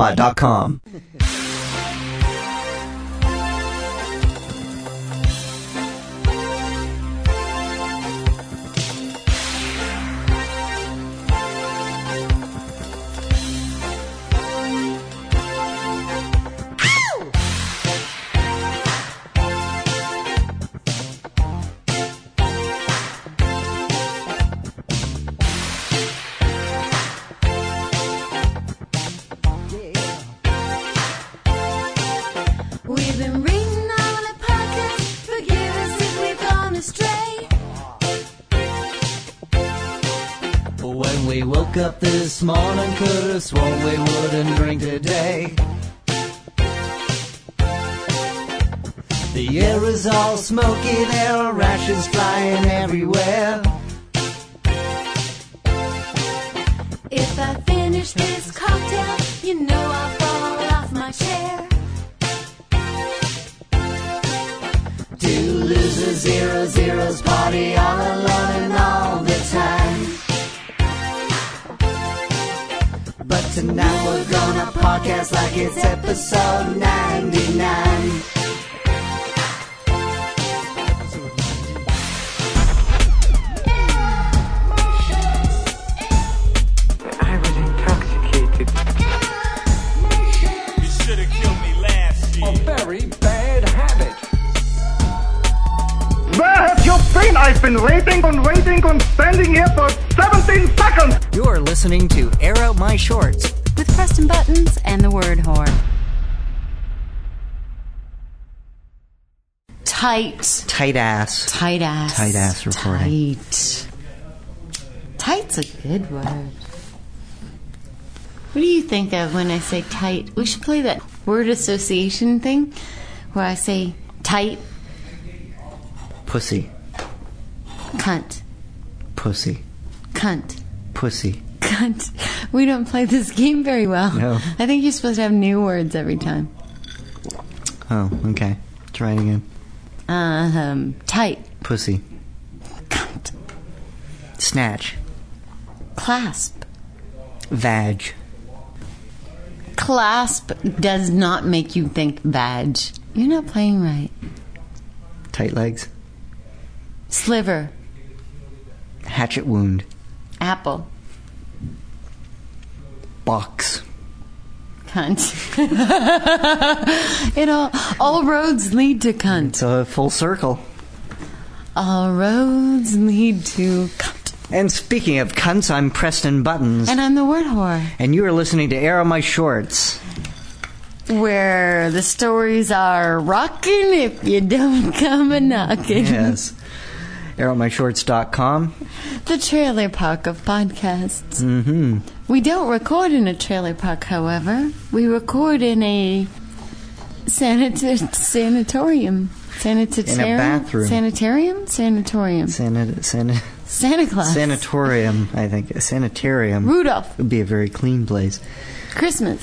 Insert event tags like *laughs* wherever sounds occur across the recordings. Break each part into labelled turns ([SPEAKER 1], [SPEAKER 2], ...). [SPEAKER 1] theitspot.com.
[SPEAKER 2] We've been reading on a podcast. Forgive us if we've gone astray.
[SPEAKER 1] When we woke up this morning, could have sworn we wouldn't drink today. The air is all smoky, there are ashes flying everywhere.
[SPEAKER 2] If I finish this cocktail, you know I'll fall off my chair.
[SPEAKER 1] Two losers, zero zeros, party all alone and all the time. But tonight we're gonna podcast like it's episode 99.
[SPEAKER 3] I was intoxicated.
[SPEAKER 4] You should have killed me last year.
[SPEAKER 3] Very bad habit.
[SPEAKER 5] Where have you been? I've been waiting and waiting and standing here for 17 seconds!
[SPEAKER 1] You're listening to Air Out My Shorts.
[SPEAKER 6] with Preston Buttons and the Word Whore.
[SPEAKER 7] tight,
[SPEAKER 1] Tight ass.
[SPEAKER 7] tight ass,
[SPEAKER 1] Tight ass reporting.
[SPEAKER 7] Tight. Tight's a good word. What do you think of when I say tight? We should play that word association thing, where I say tight,
[SPEAKER 1] Pussy.
[SPEAKER 7] cunt,
[SPEAKER 1] Pussy.
[SPEAKER 7] cunt.
[SPEAKER 1] Pussy.
[SPEAKER 7] Cunt. We don't play this game very well.
[SPEAKER 1] No.
[SPEAKER 7] I think you're supposed to have new words every time.
[SPEAKER 1] Oh, okay. Try it again.
[SPEAKER 7] Um, tight,
[SPEAKER 1] Pussy.
[SPEAKER 7] cunt,
[SPEAKER 1] Snatch.
[SPEAKER 7] clasp.
[SPEAKER 1] Vag.
[SPEAKER 7] Clasp does not make you think vag. You're not playing right.
[SPEAKER 1] Tight legs.
[SPEAKER 7] Sliver,
[SPEAKER 1] Hatchet wound.
[SPEAKER 7] apple,
[SPEAKER 1] Box.
[SPEAKER 7] cunt. *laughs* it all, all roads lead to cunt.
[SPEAKER 1] It's a full circle.
[SPEAKER 7] All roads lead to cunt.
[SPEAKER 1] And speaking of cunts, I'm Preston Buttons,
[SPEAKER 7] And I'm the word whore,
[SPEAKER 1] and you are listening to Air Out My Shorts.
[SPEAKER 7] where the stories are rocking if you don't come a knocking.
[SPEAKER 1] Yes. AirOutMyShorts.com.
[SPEAKER 7] The trailer park of podcasts. Mm-hmm. We don't record in a trailer park, however. We record in a sanita- sanatorium. Sanitarium?
[SPEAKER 1] bathroom.
[SPEAKER 7] Sanitarium? Sanatorium.
[SPEAKER 1] Sanit- sanit-
[SPEAKER 7] Santa Claus.
[SPEAKER 1] sanatorium, I think. Sanitarium.
[SPEAKER 7] Rudolph.
[SPEAKER 1] would be a very clean place.
[SPEAKER 7] Christmas.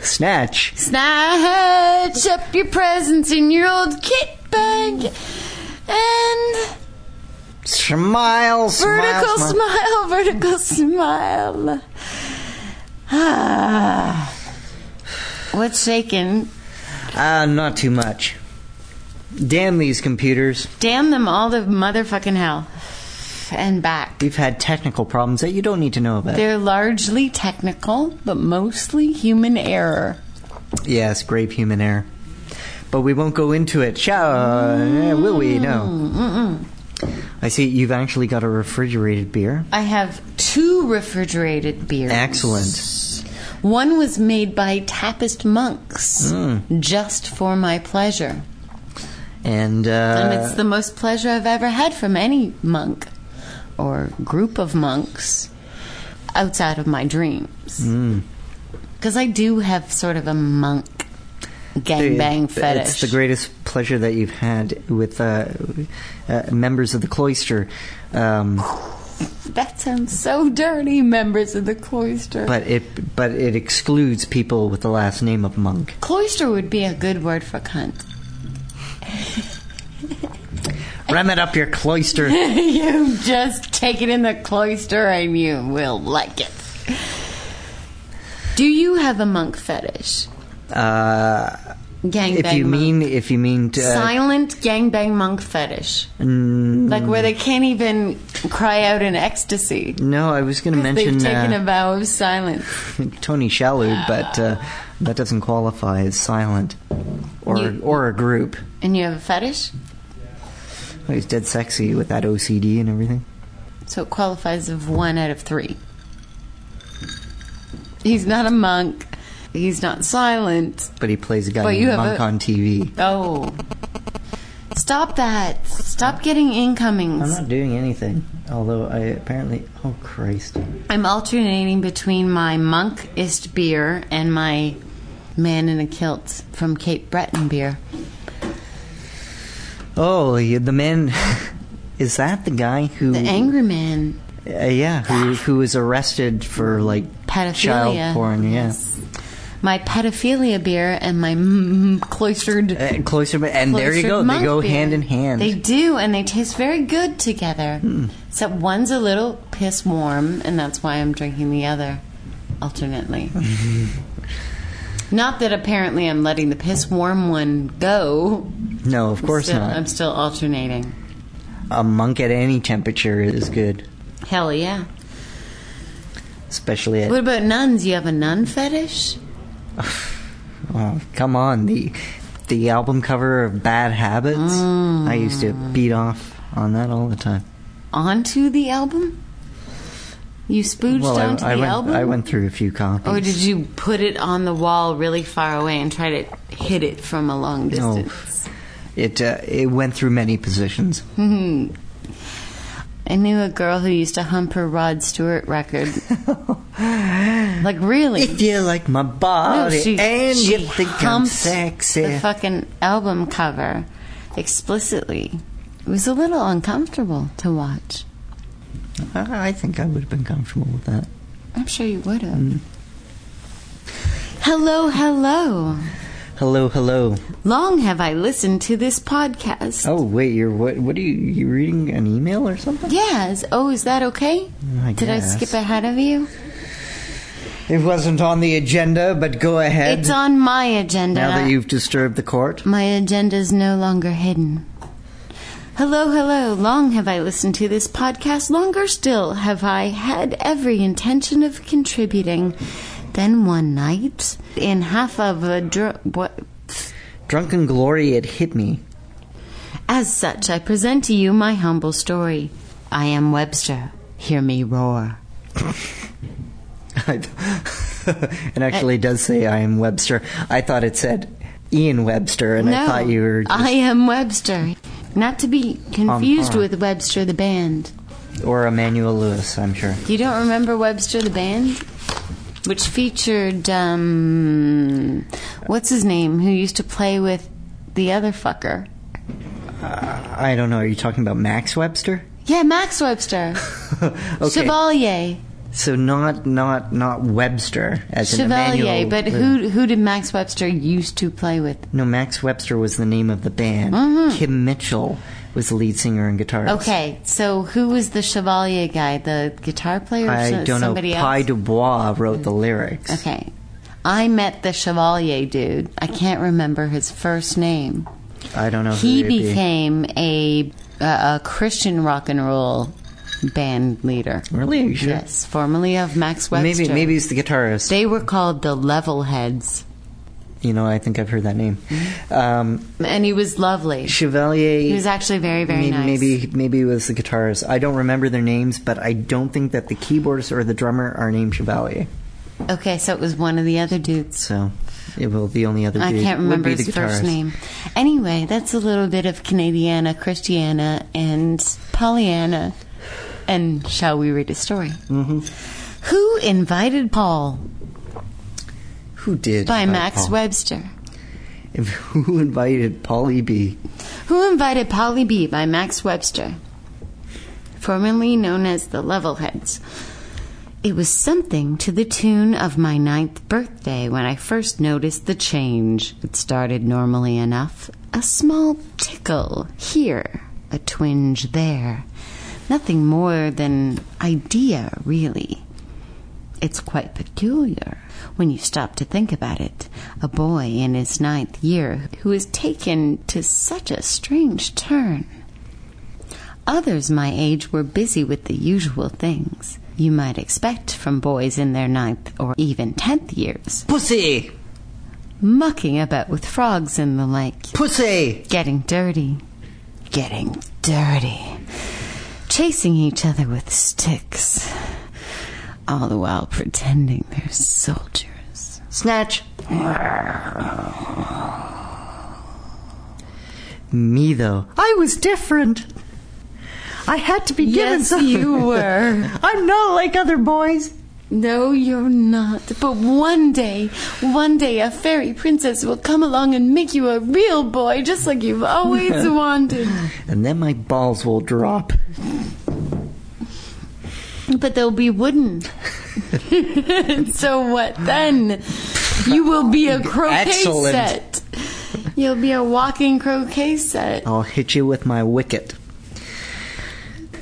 [SPEAKER 1] Snatch.
[SPEAKER 7] Snatch up your presents in your old kit bag and
[SPEAKER 1] Smile, smile,
[SPEAKER 7] vertical
[SPEAKER 1] smile.
[SPEAKER 7] smile, *laughs* vertical smile. Ah. What's shaking?
[SPEAKER 1] Uh, not too much. Damn these computers.
[SPEAKER 7] Damn them all to motherfucking hell and back.
[SPEAKER 1] We've had technical problems that you don't need to know about.
[SPEAKER 7] They're largely technical, but mostly human error.
[SPEAKER 1] yes, grave human error. But we won't go into it, shall eh, will we? No.
[SPEAKER 7] Mm-mm.
[SPEAKER 1] I see you've actually got a refrigerated beer.
[SPEAKER 7] I have two refrigerated beers.
[SPEAKER 1] Excellent.
[SPEAKER 7] One was made by Tappist monks
[SPEAKER 1] Hmm.
[SPEAKER 7] just for my pleasure.
[SPEAKER 1] And, uh,
[SPEAKER 7] and it's the most pleasure I've ever had from any monk or group of monks outside of my dreams.
[SPEAKER 1] Hmm.
[SPEAKER 7] Because I do have sort of a monk gangbang fetish.
[SPEAKER 1] It's the greatest pleasure that you've had with uh, uh, members of the cloister. Um,
[SPEAKER 7] That sounds so dirty, members of the cloister.
[SPEAKER 1] but it but it excludes people with the last name of monk.
[SPEAKER 7] cloister would be a good word for *laughs* cunt.
[SPEAKER 1] Ram it up your cloister.
[SPEAKER 7] *laughs* you just take it in the cloister and you will like it. Do you have a monk fetish?
[SPEAKER 1] Uh,
[SPEAKER 7] Gangbang.
[SPEAKER 1] if you
[SPEAKER 7] monk.
[SPEAKER 1] mean if you mean uh, to,
[SPEAKER 7] silent gangbang monk fetish, like
[SPEAKER 1] Mm.
[SPEAKER 7] where they can't even cry out in ecstasy.
[SPEAKER 1] no, I was going to mention
[SPEAKER 7] *laughs* They've taken
[SPEAKER 1] uh,
[SPEAKER 7] a vow of silence.
[SPEAKER 1] *laughs* Tony Shalhoub, but uh, that doesn't qualify as silent or
[SPEAKER 7] You-
[SPEAKER 1] or a group.
[SPEAKER 7] And you have a fetish,
[SPEAKER 1] Oh, He's dead sexy with that OCD and everything.
[SPEAKER 7] so it qualifies of one out of three. He's not a monk. He's not silent.
[SPEAKER 1] But he plays a guy
[SPEAKER 7] But
[SPEAKER 1] named
[SPEAKER 7] you have
[SPEAKER 1] Monk
[SPEAKER 7] a-
[SPEAKER 1] on TV.
[SPEAKER 7] Oh. Stop that. Stop getting
[SPEAKER 1] I'm
[SPEAKER 7] incomings.
[SPEAKER 1] not doing anything. Although I apparently, oh Christ,
[SPEAKER 7] I'm alternating between my monkist beer and my man in a kilt from Cape Breton beer.
[SPEAKER 1] oh you- the man. *laughs* Is that the guy who?
[SPEAKER 7] The angry man.
[SPEAKER 1] Uh, yeah, who who was arrested for like
[SPEAKER 7] Pedophilia.
[SPEAKER 1] child porn? Yeah.
[SPEAKER 7] My pedophilia beer and my mm, cloistered.
[SPEAKER 1] Uh, cloister, and there you
[SPEAKER 7] cloistered
[SPEAKER 1] go. They
[SPEAKER 7] monk
[SPEAKER 1] go
[SPEAKER 7] beer.
[SPEAKER 1] hand in hand. Hmm.
[SPEAKER 7] They do, and they taste very good together. Except one's a little piss warm, and that's why I'm drinking the other
[SPEAKER 1] *laughs*
[SPEAKER 7] alternately. Not that apparently I'm letting the piss warm one go.
[SPEAKER 1] no, of course
[SPEAKER 7] Still-
[SPEAKER 1] not.
[SPEAKER 7] I'm still alternating.
[SPEAKER 1] A monk at any temperature is good,
[SPEAKER 7] Hell yeah.
[SPEAKER 1] especially at.
[SPEAKER 7] What about nuns? You have a nun fetish?
[SPEAKER 1] Oh, come on, the the album cover of Bad Habits. I
[SPEAKER 7] Mm.
[SPEAKER 1] used to beat off on that all the time.
[SPEAKER 7] Onto the album? You spooged
[SPEAKER 1] I,
[SPEAKER 7] onto
[SPEAKER 1] I
[SPEAKER 7] the
[SPEAKER 1] went,
[SPEAKER 7] album?
[SPEAKER 1] I went through a few copies.
[SPEAKER 7] Or Oh, did you put it on the wall really far away and try to hit it from a long
[SPEAKER 1] No.
[SPEAKER 7] distance?
[SPEAKER 1] It uh, it went through many positions.
[SPEAKER 7] Hmm. I knew a girl who used to hump her Rod Stewart *laughs* record. like, really?
[SPEAKER 1] If you like my
[SPEAKER 7] No,
[SPEAKER 1] body
[SPEAKER 7] she-
[SPEAKER 1] and
[SPEAKER 7] she
[SPEAKER 1] you think I'm
[SPEAKER 7] humped
[SPEAKER 1] sexy,
[SPEAKER 7] The fucking album cover explicitly. It was a little uncomfortable to watch.
[SPEAKER 1] I I think I would have been comfortable with that.
[SPEAKER 7] I'm sure you would have. Hello, hello.
[SPEAKER 1] Hello, hello.
[SPEAKER 7] Long have I listened to this podcast.
[SPEAKER 1] Oh wait, you're what? What are you? You reading an email or something?
[SPEAKER 7] Yes. Oh, is that okay?
[SPEAKER 1] I
[SPEAKER 7] Did
[SPEAKER 1] guess.
[SPEAKER 7] I skip ahead of you?
[SPEAKER 1] It wasn't on the agenda, but go ahead.
[SPEAKER 7] It's on my agenda.
[SPEAKER 1] now that you've disturbed the court.
[SPEAKER 7] My agenda's no longer hidden. Hello, hello. Long have I listened to this podcast. Longer still have I had every intention of contributing. Then one night, in half of a dr- what
[SPEAKER 1] Drunken glory, it hit me. *laughs*
[SPEAKER 7] As such, I present to you my humble story. I am Webster. Hear me roar.
[SPEAKER 1] I- it actually does say I am Webster. I thought it said Ian Webster, and I thought you were just,
[SPEAKER 7] I am Webster. Not to be confused
[SPEAKER 1] par.
[SPEAKER 7] with Webster the band.
[SPEAKER 1] or Emmanuel Lewis. I'm sure.
[SPEAKER 7] You don't remember Webster the band? Which featured, um, what's his name, who used to play with the other fucker?
[SPEAKER 1] I don't know. Are you talking about Max Webster? *laughs*
[SPEAKER 7] Yeah, Max Webster.
[SPEAKER 1] okay.
[SPEAKER 7] Chevalier.
[SPEAKER 1] So not not not Webster as in
[SPEAKER 7] Chevalier.
[SPEAKER 1] Emmanuel.
[SPEAKER 7] But
[SPEAKER 1] Lew-
[SPEAKER 7] who, who did Max Webster used to play with?
[SPEAKER 1] No, Max Webster was the name of the band. Kim Mitchell was the lead singer and guitarist.
[SPEAKER 7] Mm-hmm. Okay, so who was the Chevalier guy? The guitar player? Or
[SPEAKER 1] I
[SPEAKER 7] so-
[SPEAKER 1] don't know.
[SPEAKER 7] uh, somebody
[SPEAKER 1] Pi
[SPEAKER 7] Else? Mm.
[SPEAKER 1] Dubois wrote the lyrics.
[SPEAKER 7] okay, I met the Chevalier dude. I can't remember his first name.
[SPEAKER 1] I don't know.
[SPEAKER 7] He
[SPEAKER 1] who they'd be.
[SPEAKER 7] became a, a a Christian rock and roll band leader.
[SPEAKER 1] really. Are you sure?
[SPEAKER 7] Yes, formerly of Max Webster.
[SPEAKER 1] Maybe maybe he's the guitarist.
[SPEAKER 7] they were called the Level Heads,
[SPEAKER 1] You know, I think I've heard that name. Um,
[SPEAKER 7] and he was lovely.
[SPEAKER 1] Chevalier.
[SPEAKER 7] Mm-hmm. He was actually very
[SPEAKER 1] maybe,
[SPEAKER 7] very nice.
[SPEAKER 1] maybe maybe it was the guitarist. I don't remember their names, but I don't think that the keyboardist or the drummer are named Chevalier.
[SPEAKER 7] okay, so it was one of the other dudes.
[SPEAKER 1] So it will the only other.
[SPEAKER 7] I
[SPEAKER 1] dude
[SPEAKER 7] can't
[SPEAKER 1] would
[SPEAKER 7] remember
[SPEAKER 1] be the
[SPEAKER 7] his first
[SPEAKER 1] guitarist.
[SPEAKER 7] name. Anyway, that's a little bit of Canadiana, Christiana, and Pollyanna. And shall we read a story? Mm-hmm. Who invited Paul?
[SPEAKER 1] Who did?
[SPEAKER 7] By
[SPEAKER 1] invite
[SPEAKER 7] Max
[SPEAKER 1] Paul?
[SPEAKER 7] Webster.
[SPEAKER 1] *laughs* Who invited Polly B?
[SPEAKER 7] Who invited Polly B? By Max Webster, formerly known as the Levelheads. It was something to the tune of my ninth birthday when I first noticed the change. It started normally enough a small tickle here, a twinge there. Nothing more than idea, really. It's quite peculiar when you stop to think about it. A boy in his ninth year who is taken to such a strange turn. Others my age were busy with the usual things you might expect from boys in their ninth or even tenth years,
[SPEAKER 1] Pussy!
[SPEAKER 7] mucking about with frogs and the like
[SPEAKER 1] Pussy!
[SPEAKER 7] getting dirty, getting dirty, chasing each other with sticks, all the while pretending they're soldiers.
[SPEAKER 1] Snatch! Me, though. I was different. I had to be given
[SPEAKER 7] Yes,
[SPEAKER 1] something.
[SPEAKER 7] you were.
[SPEAKER 1] *laughs* I'm not like other boys.
[SPEAKER 7] No, you're not. But one day, one day, a fairy princess will come along and make you a real boy, just like you've *laughs* always wanted.
[SPEAKER 1] And then my balls will drop.
[SPEAKER 7] But they'll be wooden. *laughs* so what then? You will be *laughs* a croquet
[SPEAKER 1] Excellent.
[SPEAKER 7] set. You'll be a walking croquet set.
[SPEAKER 1] I'll hit you with my wicket.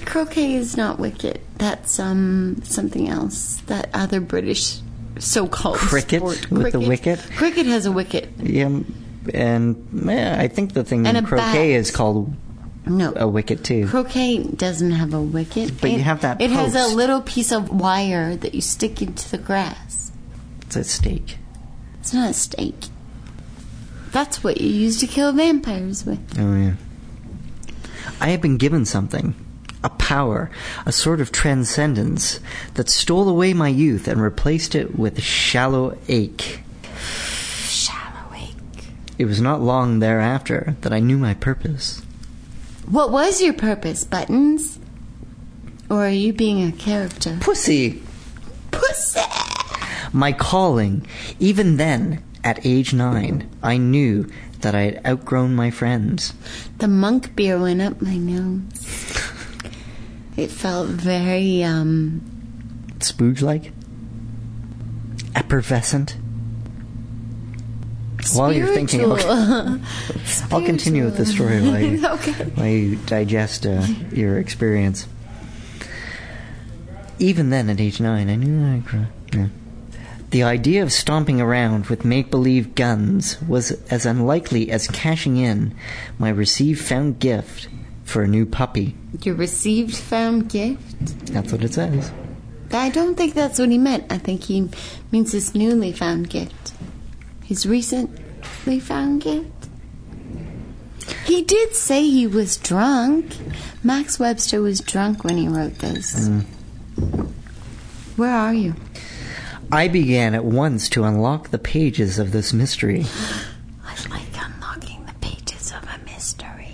[SPEAKER 7] Croquet is not wicket. That's um something else. That other British so-called
[SPEAKER 1] Cricket
[SPEAKER 7] sport.
[SPEAKER 1] with the wicket?
[SPEAKER 7] Cricket has a wicket.
[SPEAKER 1] Yeah, and eh, I think the thing
[SPEAKER 7] And
[SPEAKER 1] in
[SPEAKER 7] a
[SPEAKER 1] croquet
[SPEAKER 7] bat.
[SPEAKER 1] is called
[SPEAKER 7] No,
[SPEAKER 1] a wicket too.
[SPEAKER 7] Croquet doesn't have a wicket.
[SPEAKER 1] But you
[SPEAKER 7] It-
[SPEAKER 1] have that
[SPEAKER 7] It has
[SPEAKER 1] post.
[SPEAKER 7] a little piece of wire that you stick into the grass.
[SPEAKER 1] It's a stake.
[SPEAKER 7] It's not a stake. That's what you use to kill vampires with.
[SPEAKER 1] Oh yeah. I have been given something, a power, a sort of transcendence that stole away my youth and replaced it with shallow ache.
[SPEAKER 7] Shallow ache.
[SPEAKER 1] It was not long thereafter that I knew my purpose.
[SPEAKER 7] What was your purpose, Buttons? Or are you being a character?
[SPEAKER 1] Pussy,
[SPEAKER 7] Pussy!
[SPEAKER 1] my calling. Even then, at age nine, I knew that I had outgrown my friends.
[SPEAKER 7] The monk beer went up my nose. It felt very, um,
[SPEAKER 1] Spooge like? Effervescent? While you're thinking, okay.
[SPEAKER 7] spiritual.
[SPEAKER 1] I'll continue with the story while you,
[SPEAKER 7] *laughs* Okay.
[SPEAKER 1] while you digest uh, your experience. Even then, at age nine, I knew I cry. Yeah. The idea of stomping around with make believe guns was as unlikely as cashing in my received found gift for a new puppy.
[SPEAKER 7] Your received found gift?
[SPEAKER 1] That's what it says.
[SPEAKER 7] I don't think that's what he meant. I think he means his newly found gift. His recently found gift? He did say he was drunk. Max Webster was drunk when he wrote this. Where are you?
[SPEAKER 1] I began at once to unlock the pages of this mystery.
[SPEAKER 7] I like unlocking the pages of a mystery.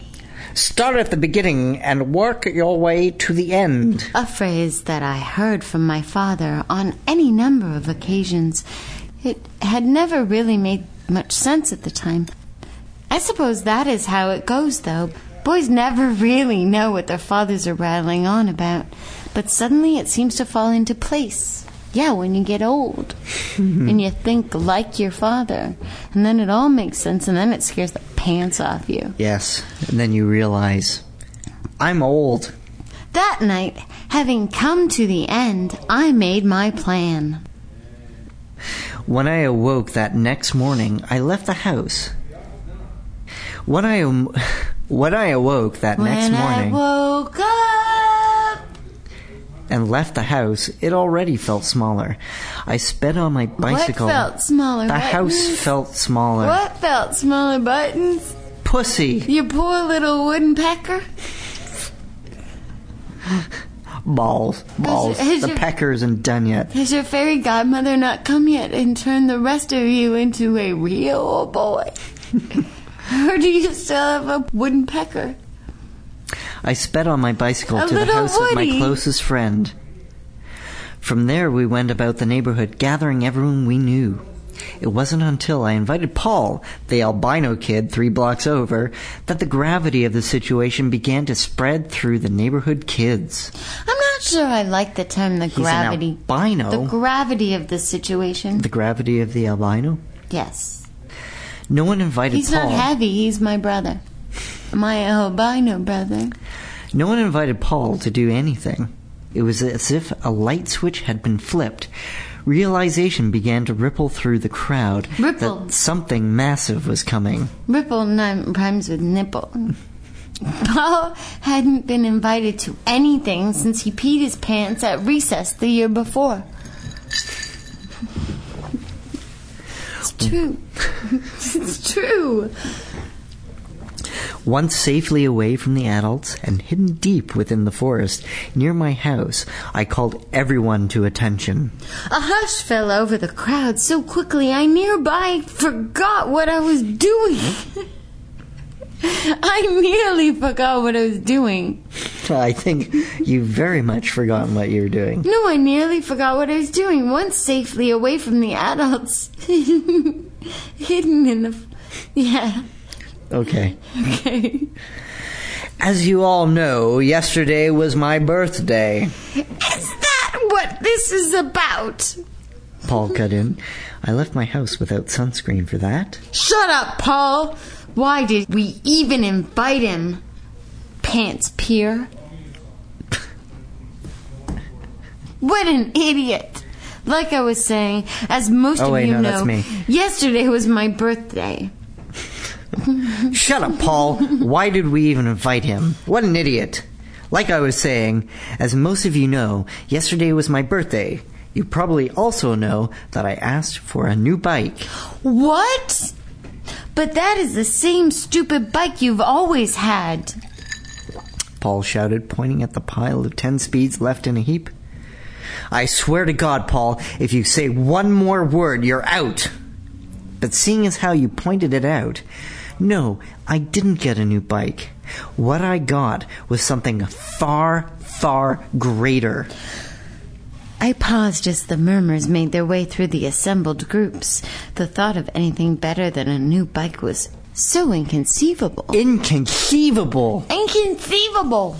[SPEAKER 1] Start at the beginning and work your way to the end.
[SPEAKER 7] A phrase that I heard from my father on any number of occasions. It had never really made much sense at the time. I suppose that is how it goes, though. Boys never *laughs* really know what their fathers are rattling on about, but suddenly it seems to fall into place. Yeah, when you get old and you think like your father, and then it all makes sense, and then it scares the pants off you.
[SPEAKER 1] Yes, and then you realize I'm old.
[SPEAKER 7] That night, having come to the end, I made my plan.
[SPEAKER 1] When I awoke that next morning, I left the house. When I *laughs* am- when I awoke that next
[SPEAKER 7] when
[SPEAKER 1] morning
[SPEAKER 7] I woke up,
[SPEAKER 1] and left the house, it already felt smaller. I sped on my bicycle.
[SPEAKER 7] what felt smaller?
[SPEAKER 1] the house
[SPEAKER 7] buttons?
[SPEAKER 1] felt smaller.
[SPEAKER 7] What felt smaller buttons?
[SPEAKER 1] Pussy
[SPEAKER 7] Your poor little wooden pecker.
[SPEAKER 1] balls, balls.
[SPEAKER 7] has
[SPEAKER 1] the
[SPEAKER 7] your-
[SPEAKER 1] peckers and done yet.
[SPEAKER 7] Has your fairy godmother not come yet and turned the rest of you into a real boy? *laughs* or do you still have a wooden pecker?
[SPEAKER 1] I sped on my bicycle
[SPEAKER 7] A
[SPEAKER 1] to the
[SPEAKER 7] little
[SPEAKER 1] house of my
[SPEAKER 7] Woody.
[SPEAKER 1] closest friend. From there, we went about the neighborhood, gathering everyone we knew. It wasn't until I invited Paul, the albino kid three blocks over, that the gravity of the situation began to spread through the neighborhood kids.
[SPEAKER 7] I'm not sure I like the term the
[SPEAKER 1] an
[SPEAKER 7] gravity.
[SPEAKER 1] albino.
[SPEAKER 7] The gravity of the situation.
[SPEAKER 1] The gravity of the albino?
[SPEAKER 7] yes.
[SPEAKER 1] No one invited
[SPEAKER 7] He's
[SPEAKER 1] Paul.
[SPEAKER 7] not heavy. He's my brother. My albino brother.
[SPEAKER 1] No one invited Paul to do anything. It was as if a light switch had been flipped, realization began to ripple through the crowd
[SPEAKER 7] Ripple.
[SPEAKER 1] that something massive was coming.
[SPEAKER 7] Ripple nim- rhymes with nipple. Paul hadn't been invited to anything since he peed his pants at recess the year before. It's true. it's true.
[SPEAKER 1] Once safely away from the adults and hidden deep within the forest near my house, I called everyone to attention. *laughs*
[SPEAKER 7] A hush fell over the crowd so quickly I nearby forgot what I was doing. *laughs* I nearly forgot what I was doing.
[SPEAKER 1] I think you've very much forgotten what you were doing.
[SPEAKER 7] No, I nearly forgot what I was doing. Once safely away from the adults, *laughs* hidden in the. Yeah,
[SPEAKER 1] Okay.
[SPEAKER 7] okay.
[SPEAKER 1] As you all know, yesterday was my birthday.
[SPEAKER 7] Is that what this is about?
[SPEAKER 1] Paul cut in. I left my house without sunscreen for that.
[SPEAKER 7] Shut up, Paul! Why did we even invite him? Pants Pier. *laughs* what an idiot! Like I was saying, as most
[SPEAKER 1] Oh,
[SPEAKER 7] of
[SPEAKER 1] wait,
[SPEAKER 7] you
[SPEAKER 1] no,
[SPEAKER 7] know,
[SPEAKER 1] that's me.
[SPEAKER 7] yesterday was my birthday.
[SPEAKER 1] Shut up, Paul. Why did we even invite him? What an idiot. Like I was saying, as most of you know, yesterday was my birthday. You probably also know that I asked for a new bike.
[SPEAKER 7] What? But that is the same stupid bike you've always had.
[SPEAKER 1] Paul shouted, pointing at the pile of 10 speeds left in a heap. I swear to God, Paul, if you say one more word, you're out. But seeing as how you pointed it out, no, I didn't get a new bike. What I got was something far, far greater.
[SPEAKER 7] I paused as the murmurs made their way through the assembled groups. The thought of anything better than a new bike was so inconceivable.
[SPEAKER 1] Inconceivable!
[SPEAKER 7] Inconceivable!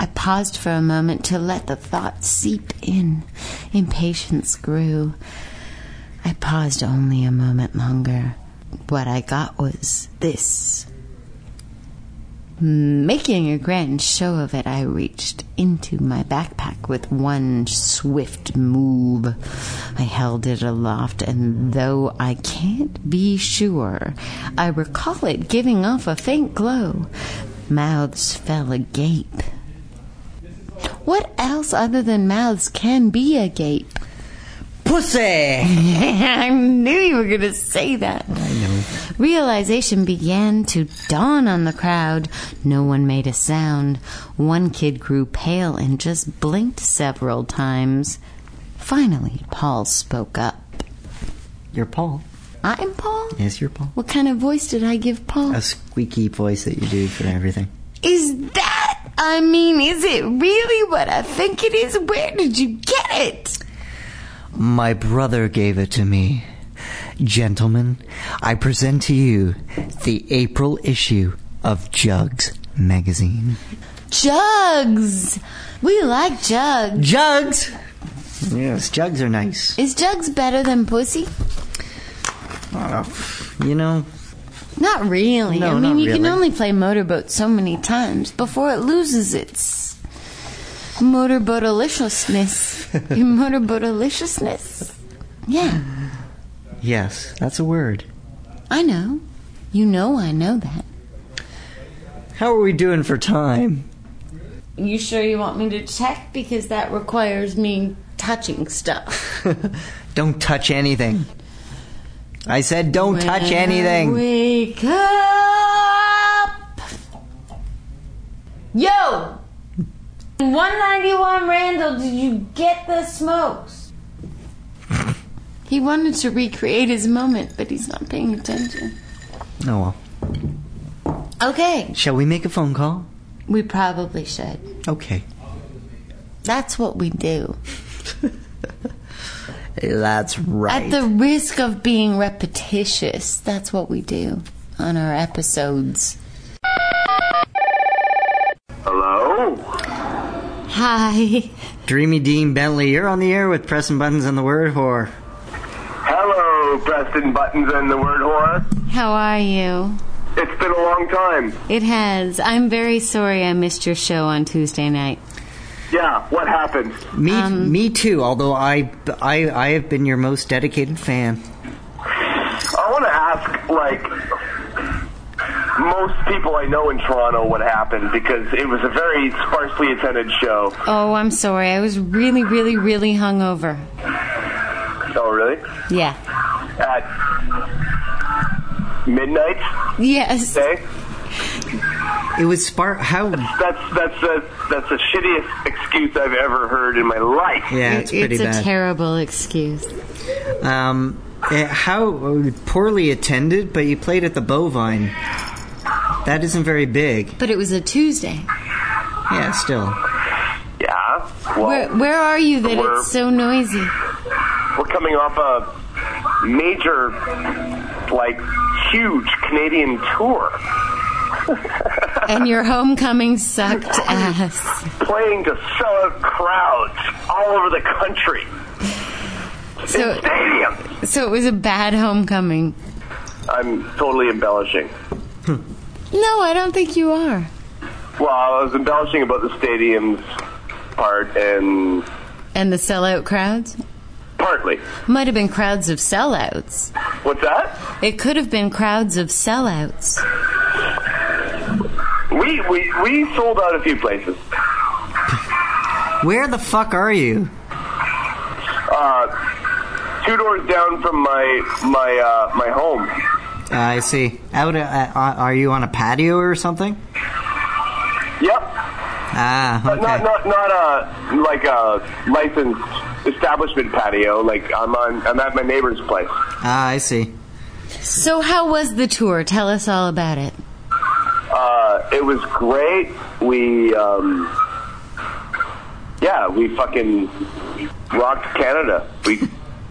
[SPEAKER 7] I paused for a moment to let the thought seep in. Impatience grew. I paused only a moment longer. What I got was this. Making a grand show of it, I reached into my backpack with one swift move. I held it aloft, and though I can't be sure, I recall it giving off a faint glow. Mouths fell agape. What else other than mouths can be agape?
[SPEAKER 1] Pussy!
[SPEAKER 7] *laughs* I knew you were going to say that. I know. Realization began to dawn on the crowd. No one made a sound. One kid grew pale and just blinked several times. Finally, Paul spoke up.
[SPEAKER 1] You're Paul.
[SPEAKER 7] I'm Paul?
[SPEAKER 1] Yes, you're Paul.
[SPEAKER 7] What kind of voice did I give Paul?
[SPEAKER 1] A squeaky voice that you do for everything.
[SPEAKER 7] Is that, I mean, is it really what I think it is? Where did you get it?
[SPEAKER 1] My brother gave it to me. Gentlemen, I present to you the April issue of Jugs magazine.
[SPEAKER 7] Jugs! We like Jugs.
[SPEAKER 1] Jugs! Yes, jugs are nice.
[SPEAKER 7] Is Jugs better than Pussy?
[SPEAKER 1] You know,
[SPEAKER 7] Not really.
[SPEAKER 1] No,
[SPEAKER 7] I mean,
[SPEAKER 1] not
[SPEAKER 7] you can
[SPEAKER 1] really.
[SPEAKER 7] only play motorboat so many times before it loses its
[SPEAKER 1] *laughs*
[SPEAKER 7] motorboat deliciousness. motorboat deliciousness. Yeah,
[SPEAKER 1] yes, that's a word.
[SPEAKER 7] I know. You know, I know that.
[SPEAKER 1] How are we doing for time? *laughs*
[SPEAKER 7] You sure you want me to check? Because that requires me touching stuff. *laughs*
[SPEAKER 1] Don't touch anything. I said don't touch anything.
[SPEAKER 7] Wake up! Yo! 191 Randall, did you get the smokes? he wanted to recreate his moment, but he's not paying attention.
[SPEAKER 1] Oh well.
[SPEAKER 7] Okay,
[SPEAKER 1] Shall we make a phone call?
[SPEAKER 7] we probably should.
[SPEAKER 1] Okay.
[SPEAKER 7] That's what we do.
[SPEAKER 1] That's right.
[SPEAKER 7] At the risk of being repetitious, that's what we do on our episodes. Hello? Hi.
[SPEAKER 1] Dreamy Dean Bentley, you're on the air with Pressing Buttons and the Word Whore.
[SPEAKER 5] Hello, Preston Buttons and the Word Whore.
[SPEAKER 7] How are you?
[SPEAKER 5] It's been a long time.
[SPEAKER 7] It has. I'm very sorry I missed your show on Tuesday night.
[SPEAKER 5] Yeah, what happened?
[SPEAKER 1] Me,
[SPEAKER 7] Um,
[SPEAKER 1] me too. Although I, I, I have been your most dedicated fan.
[SPEAKER 5] I want to ask, like, most people I know in Toronto what happened because it was a very sparsely attended show.
[SPEAKER 7] Oh, I'm sorry. I was really, really, really hungover.
[SPEAKER 5] Oh, really?
[SPEAKER 7] Yeah.
[SPEAKER 5] At midnight?
[SPEAKER 7] Yes.
[SPEAKER 5] Okay.
[SPEAKER 1] It was spark. How? Yeah,
[SPEAKER 5] That's that's the that's the shittiest excuse I've ever heard in my life.
[SPEAKER 1] it's pretty
[SPEAKER 7] it's a
[SPEAKER 1] bad.
[SPEAKER 7] terrible excuse.
[SPEAKER 1] um, eh, how poorly attended, but you played at the Bovine. That isn't very big.
[SPEAKER 7] But it was a Tuesday.
[SPEAKER 1] Yeah, still.
[SPEAKER 5] Yeah. Well,
[SPEAKER 7] Where, where are you that
[SPEAKER 5] We're-
[SPEAKER 7] it's so noisy?
[SPEAKER 5] we're coming off a major, like, huge Canadian tour, *laughs*
[SPEAKER 7] And your homecoming sucked ass.
[SPEAKER 5] playing to sellout crowds all over the country.
[SPEAKER 7] So,
[SPEAKER 5] Stadium.
[SPEAKER 7] so it was a bad homecoming.
[SPEAKER 5] I'm totally embellishing.
[SPEAKER 7] No, I don't think you are.
[SPEAKER 5] Well, I was embellishing about the stadium's part and
[SPEAKER 7] And the sellout crowds?
[SPEAKER 5] partly.
[SPEAKER 7] Might have been crowds of sellouts.
[SPEAKER 5] What's that?
[SPEAKER 7] It could have been crowds of sellouts.
[SPEAKER 5] We we we sold out a few places.
[SPEAKER 1] Where the fuck are you?
[SPEAKER 5] Uh, two doors down from my my uh, my home.
[SPEAKER 1] Uh, I see. Out? Uh, uh, are you on a patio or something?
[SPEAKER 5] Yep.
[SPEAKER 1] Ah,
[SPEAKER 5] Uh, Not
[SPEAKER 1] okay.
[SPEAKER 5] not not a like a licensed establishment patio. Like I'm on I'm at my neighbor's place.
[SPEAKER 1] Ah, I see.
[SPEAKER 7] So, how was the tour? Tell us all about it.
[SPEAKER 5] Uh, it was great. We um, yeah, we fucking rocked Canada. We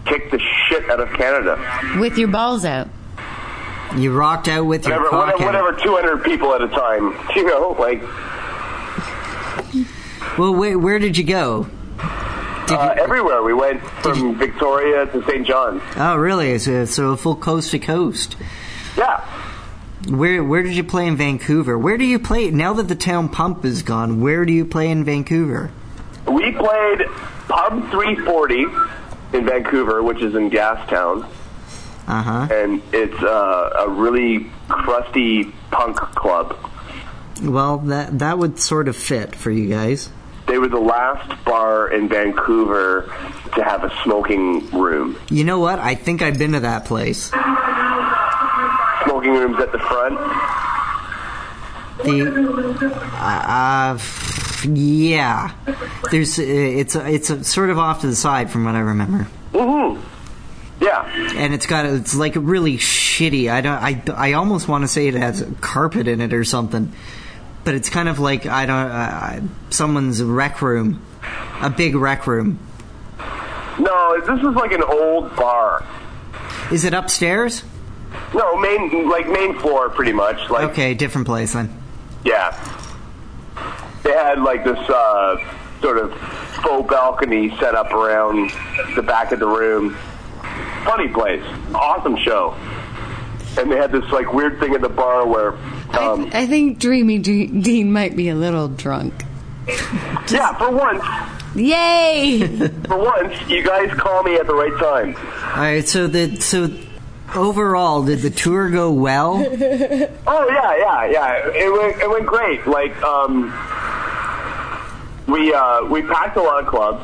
[SPEAKER 5] kicked the shit out of Canada.
[SPEAKER 7] With your balls out.
[SPEAKER 1] You rocked out with your
[SPEAKER 5] Whatever,
[SPEAKER 1] cock
[SPEAKER 5] whatever,
[SPEAKER 1] out.
[SPEAKER 5] whatever, 200 people at a time. *laughs* You know, like
[SPEAKER 1] Well, where, where did you go?
[SPEAKER 5] uh, everywhere. We went from Victoria to St. John's.
[SPEAKER 1] Oh, really? So, so full coast to coast.
[SPEAKER 5] Yeah.
[SPEAKER 1] Where where did you play in Vancouver? Where do you play now that the town pump is gone? Where do you play in Vancouver?
[SPEAKER 5] We played Pub 340 in Vancouver, which is in Gastown,
[SPEAKER 1] Uh huh.
[SPEAKER 5] and it's uh, a really crusty punk club.
[SPEAKER 1] Well, that that would sort of fit for you guys.
[SPEAKER 5] They were the last bar in Vancouver to have a smoking room.
[SPEAKER 1] You know what? I think I've been to that place.
[SPEAKER 5] Smoking rooms at the front.
[SPEAKER 1] The uh, f- yeah, there's uh, it's it's sort of off to the side from what I remember,
[SPEAKER 5] hmm Yeah.
[SPEAKER 1] and it's got it's like really shitty. I don't I I almost want to say it has carpet in it or something, but it's kind of like I don't uh, someone's rec room, a big rec room.
[SPEAKER 5] No, this is like an old bar.
[SPEAKER 1] Is it upstairs?
[SPEAKER 5] No, main like main floor pretty much. Like
[SPEAKER 1] Okay, different place then.
[SPEAKER 5] Yeah. They had like this uh, sort of faux balcony set up around the back of the room. Funny place. Awesome show. And they had this like weird thing at the bar where, um,
[SPEAKER 7] I, I think Dreamy D- Dean might be a little drunk.
[SPEAKER 5] yeah, for once,
[SPEAKER 7] Yay! *laughs*
[SPEAKER 5] for once, you guys call me at the right time.
[SPEAKER 1] All right, so the so overall, did the tour go well?
[SPEAKER 5] Oh yeah, yeah, yeah. It went, it went great. Like um, we uh, we packed a lot of clubs,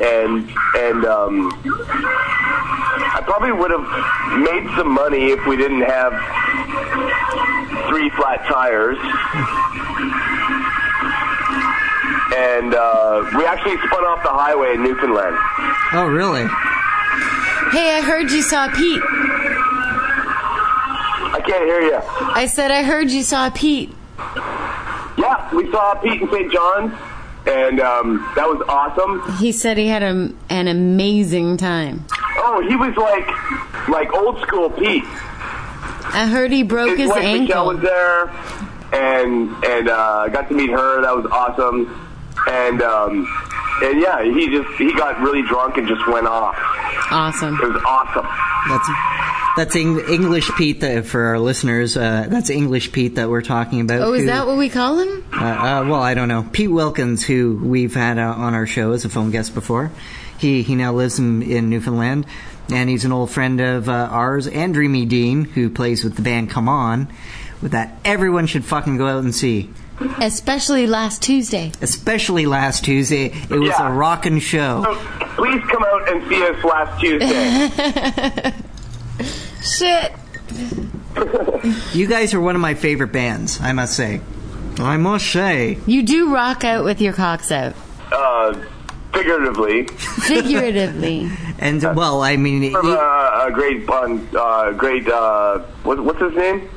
[SPEAKER 5] and and um, I probably would have made some money if we didn't have three flat tires. And uh, we actually spun off the highway in Newfoundland.
[SPEAKER 1] oh, really?
[SPEAKER 7] hey, I heard you saw Pete.
[SPEAKER 5] I can't hear you.
[SPEAKER 7] I said I heard you saw Pete.
[SPEAKER 5] Yeah, we saw Pete and St. John's, and um, that was awesome.
[SPEAKER 7] He said he had a, an amazing time.
[SPEAKER 5] Oh, he was like, like old school Pete.
[SPEAKER 7] I heard he broke his
[SPEAKER 5] wife Michelle was
[SPEAKER 7] ankle.
[SPEAKER 5] there, and and uh, got to meet her. That was awesome. And um, and yeah, he just he got really drunk and just went off.
[SPEAKER 7] Awesome.
[SPEAKER 5] It was awesome.
[SPEAKER 1] That's That's Eng- English Pete that, for our listeners. Uh, that's English Pete that we're talking about.
[SPEAKER 7] Oh, is
[SPEAKER 1] who-
[SPEAKER 7] that what we call him?
[SPEAKER 1] Uh, uh, well, I don't know. Pete Wilkins, who we've had uh, on our show as a phone guest before, he, he now lives in, in Newfoundland, and he's an old friend of uh, ours and Dreamy Dean, who plays with the band Come On, with that everyone should fucking go out and see.
[SPEAKER 7] Especially last Tuesday.
[SPEAKER 1] Especially last Tuesday, it was
[SPEAKER 5] Yeah.
[SPEAKER 1] a rockin' show.
[SPEAKER 5] So please come out and see us
[SPEAKER 7] *laughs*
[SPEAKER 5] last Tuesday.
[SPEAKER 7] Shit.
[SPEAKER 1] You guys are one of my favorite bands, I must say. I must say.
[SPEAKER 7] You do rock out with your cocks out. *laughs*
[SPEAKER 5] uh, figuratively,
[SPEAKER 7] Figuratively.
[SPEAKER 1] And, well, I mean, it-
[SPEAKER 5] from uh, a great bond, uh, great uh, what, what's his name?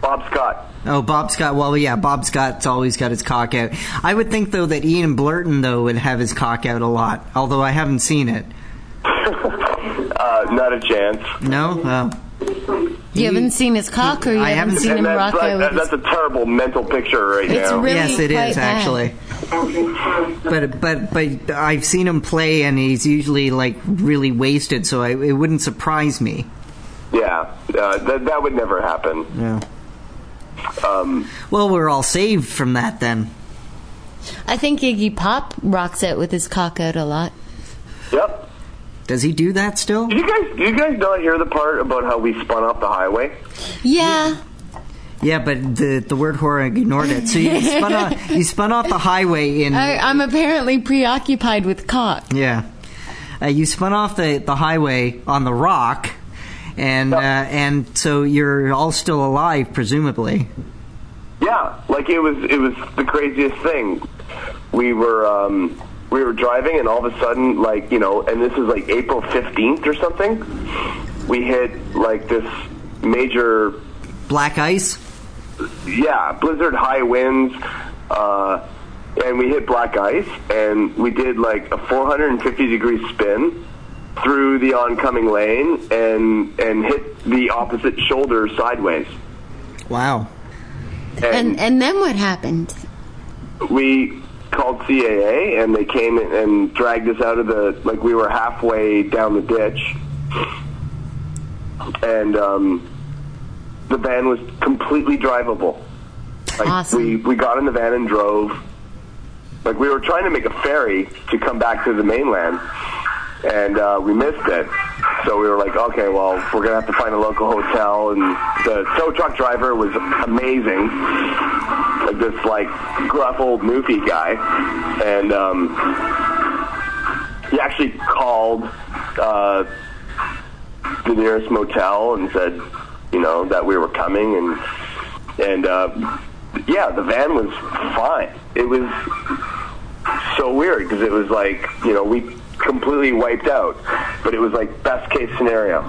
[SPEAKER 5] Bob Scott. *laughs*
[SPEAKER 1] Oh, Bob Scott. Well, yeah, Bob Scott's always got his cock out. I would think though that Ian Blurton though would have his cock out a lot. Although I haven't seen it.
[SPEAKER 5] Uh, not a chance.
[SPEAKER 1] No, oh.
[SPEAKER 7] You haven't seen his cock or you
[SPEAKER 1] I
[SPEAKER 7] haven't,
[SPEAKER 1] haven't-
[SPEAKER 7] seen him
[SPEAKER 5] and that's,
[SPEAKER 7] rock
[SPEAKER 5] like,
[SPEAKER 7] out with
[SPEAKER 5] that,
[SPEAKER 7] his
[SPEAKER 5] that's a terrible mental picture right
[SPEAKER 7] It's
[SPEAKER 5] now.
[SPEAKER 7] really
[SPEAKER 1] yes, it is
[SPEAKER 7] quite bad.
[SPEAKER 1] actually. But but but I've seen him play, and he's usually like really wasted. So I, it wouldn't surprise me.
[SPEAKER 5] yeah, uh, that that would never happen.
[SPEAKER 1] Yeah.
[SPEAKER 5] Um,
[SPEAKER 1] Well, we're all saved from that then.
[SPEAKER 7] I think Iggy Pop rocks out with his cock out a lot.
[SPEAKER 5] yep.
[SPEAKER 1] Does he do that still?
[SPEAKER 5] Did you guys, did you guys not hear the part about how we spun off the highway?
[SPEAKER 7] Yeah.
[SPEAKER 1] Yeah, but the the word horror ignored it. So you spun off you spun off the highway
[SPEAKER 7] *laughs*
[SPEAKER 1] in
[SPEAKER 7] I, I'm apparently preoccupied with cock.
[SPEAKER 1] Yeah. Uh, you spun off the, the highway on the rock, and uh, and so you're all still alive, presumably.
[SPEAKER 5] Yeah, like it was it was the craziest thing. We were um, we were driving and all of a sudden like, you know, and this is like April 15th or something, we hit like this major
[SPEAKER 1] Black ice.
[SPEAKER 5] yeah, blizzard high winds uh, and we hit black ice and we did like a 450 degree spin through the oncoming lane and and hit the opposite shoulder sideways.
[SPEAKER 1] Wow.
[SPEAKER 7] And and then what happened?
[SPEAKER 5] we called CAA and they came in and dragged us out of the like we were halfway down the ditch and um, the van was completely drivable. Like
[SPEAKER 7] Awesome.
[SPEAKER 5] we we got in the van and drove. Like we were trying to make a ferry to come back to the mainland, and uh, we missed it. So we were like, okay, well, we're gonna have to find a local hotel. And the tow truck driver was amazing, like this like gruff old newfie guy, and um, he actually called. Uh, the nearest motel and said, you know, that we were coming and and uh, yeah, the van was fine. It was so weird because it was like you know we completely wiped out, but it was like best case scenario.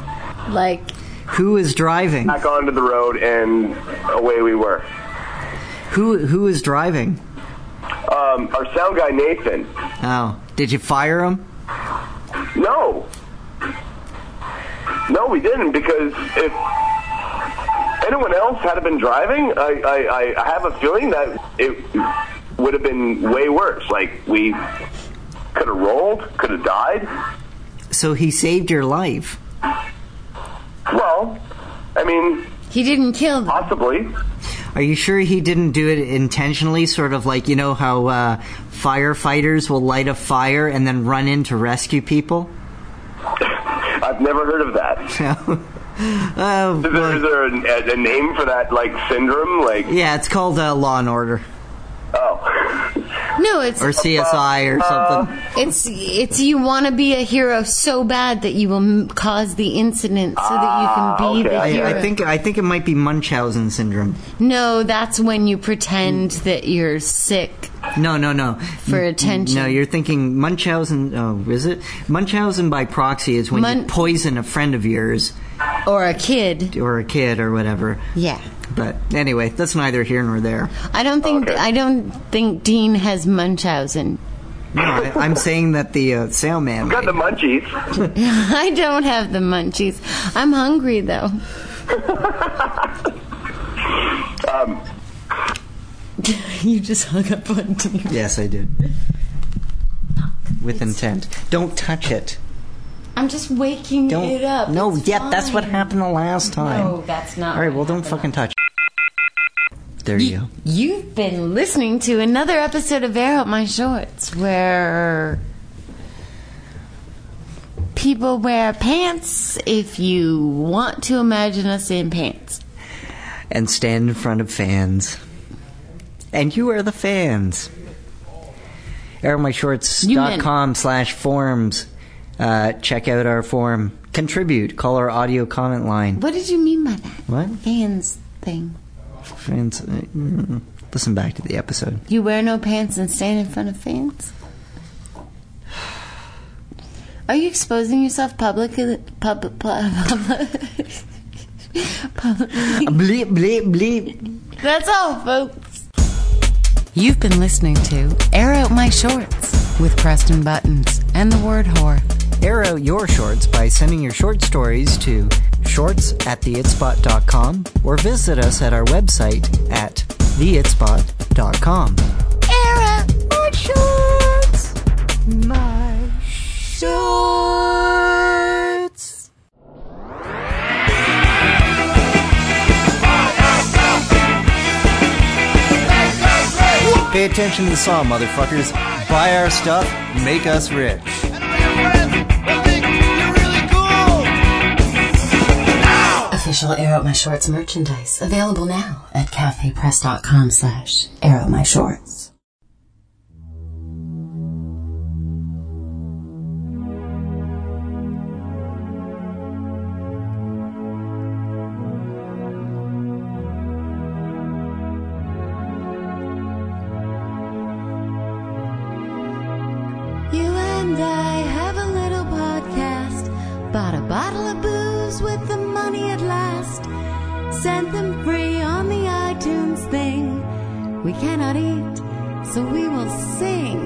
[SPEAKER 7] Like
[SPEAKER 1] Who is driving?
[SPEAKER 5] Back onto the road and away we were.
[SPEAKER 1] Who who is driving?
[SPEAKER 5] Um, our sound guy Nathan,
[SPEAKER 1] Oh, did you fire him?
[SPEAKER 5] no, no, we didn't because if. Anyone else had been driving? I, I, I- I have a feeling that it would have been way worse. Like we could have rolled, could have died.
[SPEAKER 1] So he saved your life.
[SPEAKER 5] Well, I mean,
[SPEAKER 7] he didn't kill them.
[SPEAKER 5] possibly. *laughs*
[SPEAKER 1] Are you sure he didn't do it intentionally? Sort of like you know how uh, firefighters will light a fire and then run in to rescue people. *laughs*
[SPEAKER 5] I've never heard of that.
[SPEAKER 1] Oh,
[SPEAKER 5] Is there, is
[SPEAKER 1] boy.
[SPEAKER 5] there a, a name for that, like syndrome? Like,
[SPEAKER 1] yeah, it's called uh, Law and Order
[SPEAKER 5] oh, *laughs*
[SPEAKER 7] No, it's
[SPEAKER 1] or CSI or something.
[SPEAKER 7] it's it's you want to be a hero so bad that you will m- cause the incident so that you can be
[SPEAKER 5] okay,
[SPEAKER 7] the
[SPEAKER 5] I- I
[SPEAKER 7] hero.
[SPEAKER 1] I think I think it might be Munchausen syndrome.
[SPEAKER 7] no, that's when you pretend that you're sick.
[SPEAKER 1] No, no, no.
[SPEAKER 7] For attention.
[SPEAKER 1] No, you're thinking Munchausen. Oh, is it Munchausen by proxy? Is when you
[SPEAKER 7] Mun-
[SPEAKER 1] poison a friend of yours
[SPEAKER 7] Or a kid.
[SPEAKER 1] or a kid or whatever.
[SPEAKER 7] Yeah.
[SPEAKER 1] But anyway, that's neither here nor there.
[SPEAKER 7] I don't think
[SPEAKER 5] Okay.
[SPEAKER 7] I don't think Dean has Munchausen.
[SPEAKER 1] No, I, I'm saying that the uh, sailman.
[SPEAKER 5] got the
[SPEAKER 1] might.
[SPEAKER 5] munchies.
[SPEAKER 7] I don't have the munchies. I'm hungry
[SPEAKER 1] *laughs*
[SPEAKER 7] though.
[SPEAKER 1] *laughs*
[SPEAKER 5] Um,
[SPEAKER 7] you just hung up on Dean.
[SPEAKER 1] yes, I did. With intent. Don't touch it.
[SPEAKER 4] I'm just waking
[SPEAKER 1] Don't.
[SPEAKER 4] it up.
[SPEAKER 1] no,
[SPEAKER 4] It's
[SPEAKER 1] yet that's what
[SPEAKER 4] fine.
[SPEAKER 1] happened the last time.
[SPEAKER 4] No, that's not.
[SPEAKER 1] All right,
[SPEAKER 4] what
[SPEAKER 1] well, don't
[SPEAKER 4] happened.
[SPEAKER 1] fucking touch. There you go.
[SPEAKER 4] You've been listening to another episode of Air Up My Shorts where people wear pants if you want to imagine us in pants.
[SPEAKER 1] And stand in front of fans. And you are the fans. AirMyShorts.com slash forms. Uh, check out our form. Contribute. Call our audio comment line.
[SPEAKER 4] What did you mean by that?
[SPEAKER 1] What?
[SPEAKER 4] Fans thing.
[SPEAKER 1] Fans. uh, mm, Listen back to the episode.
[SPEAKER 4] You wear no pants and stand in front of fans? Are you exposing yourself publicly? Pub, pub, *laughs* public- publicly?
[SPEAKER 1] Uh, Bleep, bleep, bleep.
[SPEAKER 4] That's all, folks. You've been listening to Air Out My Shorts with Preston Buttons and the word whore.
[SPEAKER 1] Air out your shorts by sending your short stories to shorts at theitspot.com or visit us at our website at theitspot.com.
[SPEAKER 4] Air out my shorts!
[SPEAKER 1] My shorts! Pay attention to the song, motherfuckers. Buy our stuff, make us rich.
[SPEAKER 4] Official Air Out My Shorts merchandise available now at cafepress.com slash Air Out My Shorts.
[SPEAKER 7] You and I have a little podcast. Bought a bottle of booze with the money at last. Sent them free on the iTunes thing. We cannot eat, so we will sing.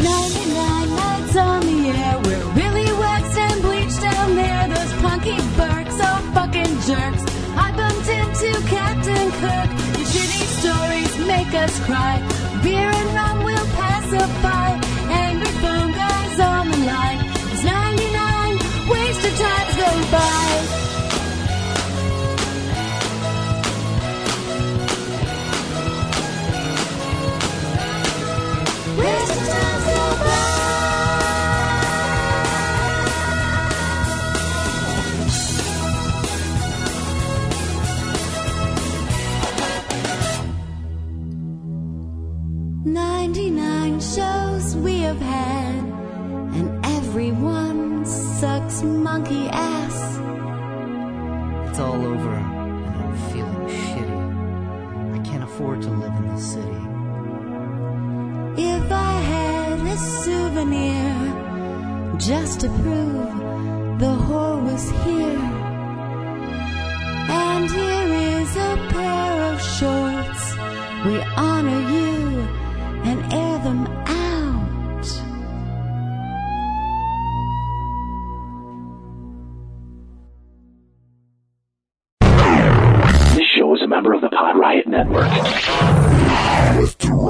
[SPEAKER 7] Ninety-nine nights on the air. We're really waxed and bleached down there. Those punky burks are fucking jerks. I bumped into Captain Kirk. Your shitty stories make us cry. Beer and rum will pacify. Angry phone guys on the line. As 99 wasted times go by. Wasted times go by. Ninety-nine shows we have had, and everyone sucks monkey ass.
[SPEAKER 1] It's all over, and I'm feeling shitty. I can't afford to live in this city.
[SPEAKER 7] If I had a souvenir just to prove the whore was here. And here is a pair of shorts. We honor you and air them out.
[SPEAKER 8] This show is a member of the Pod Riot Network.
[SPEAKER 9] With two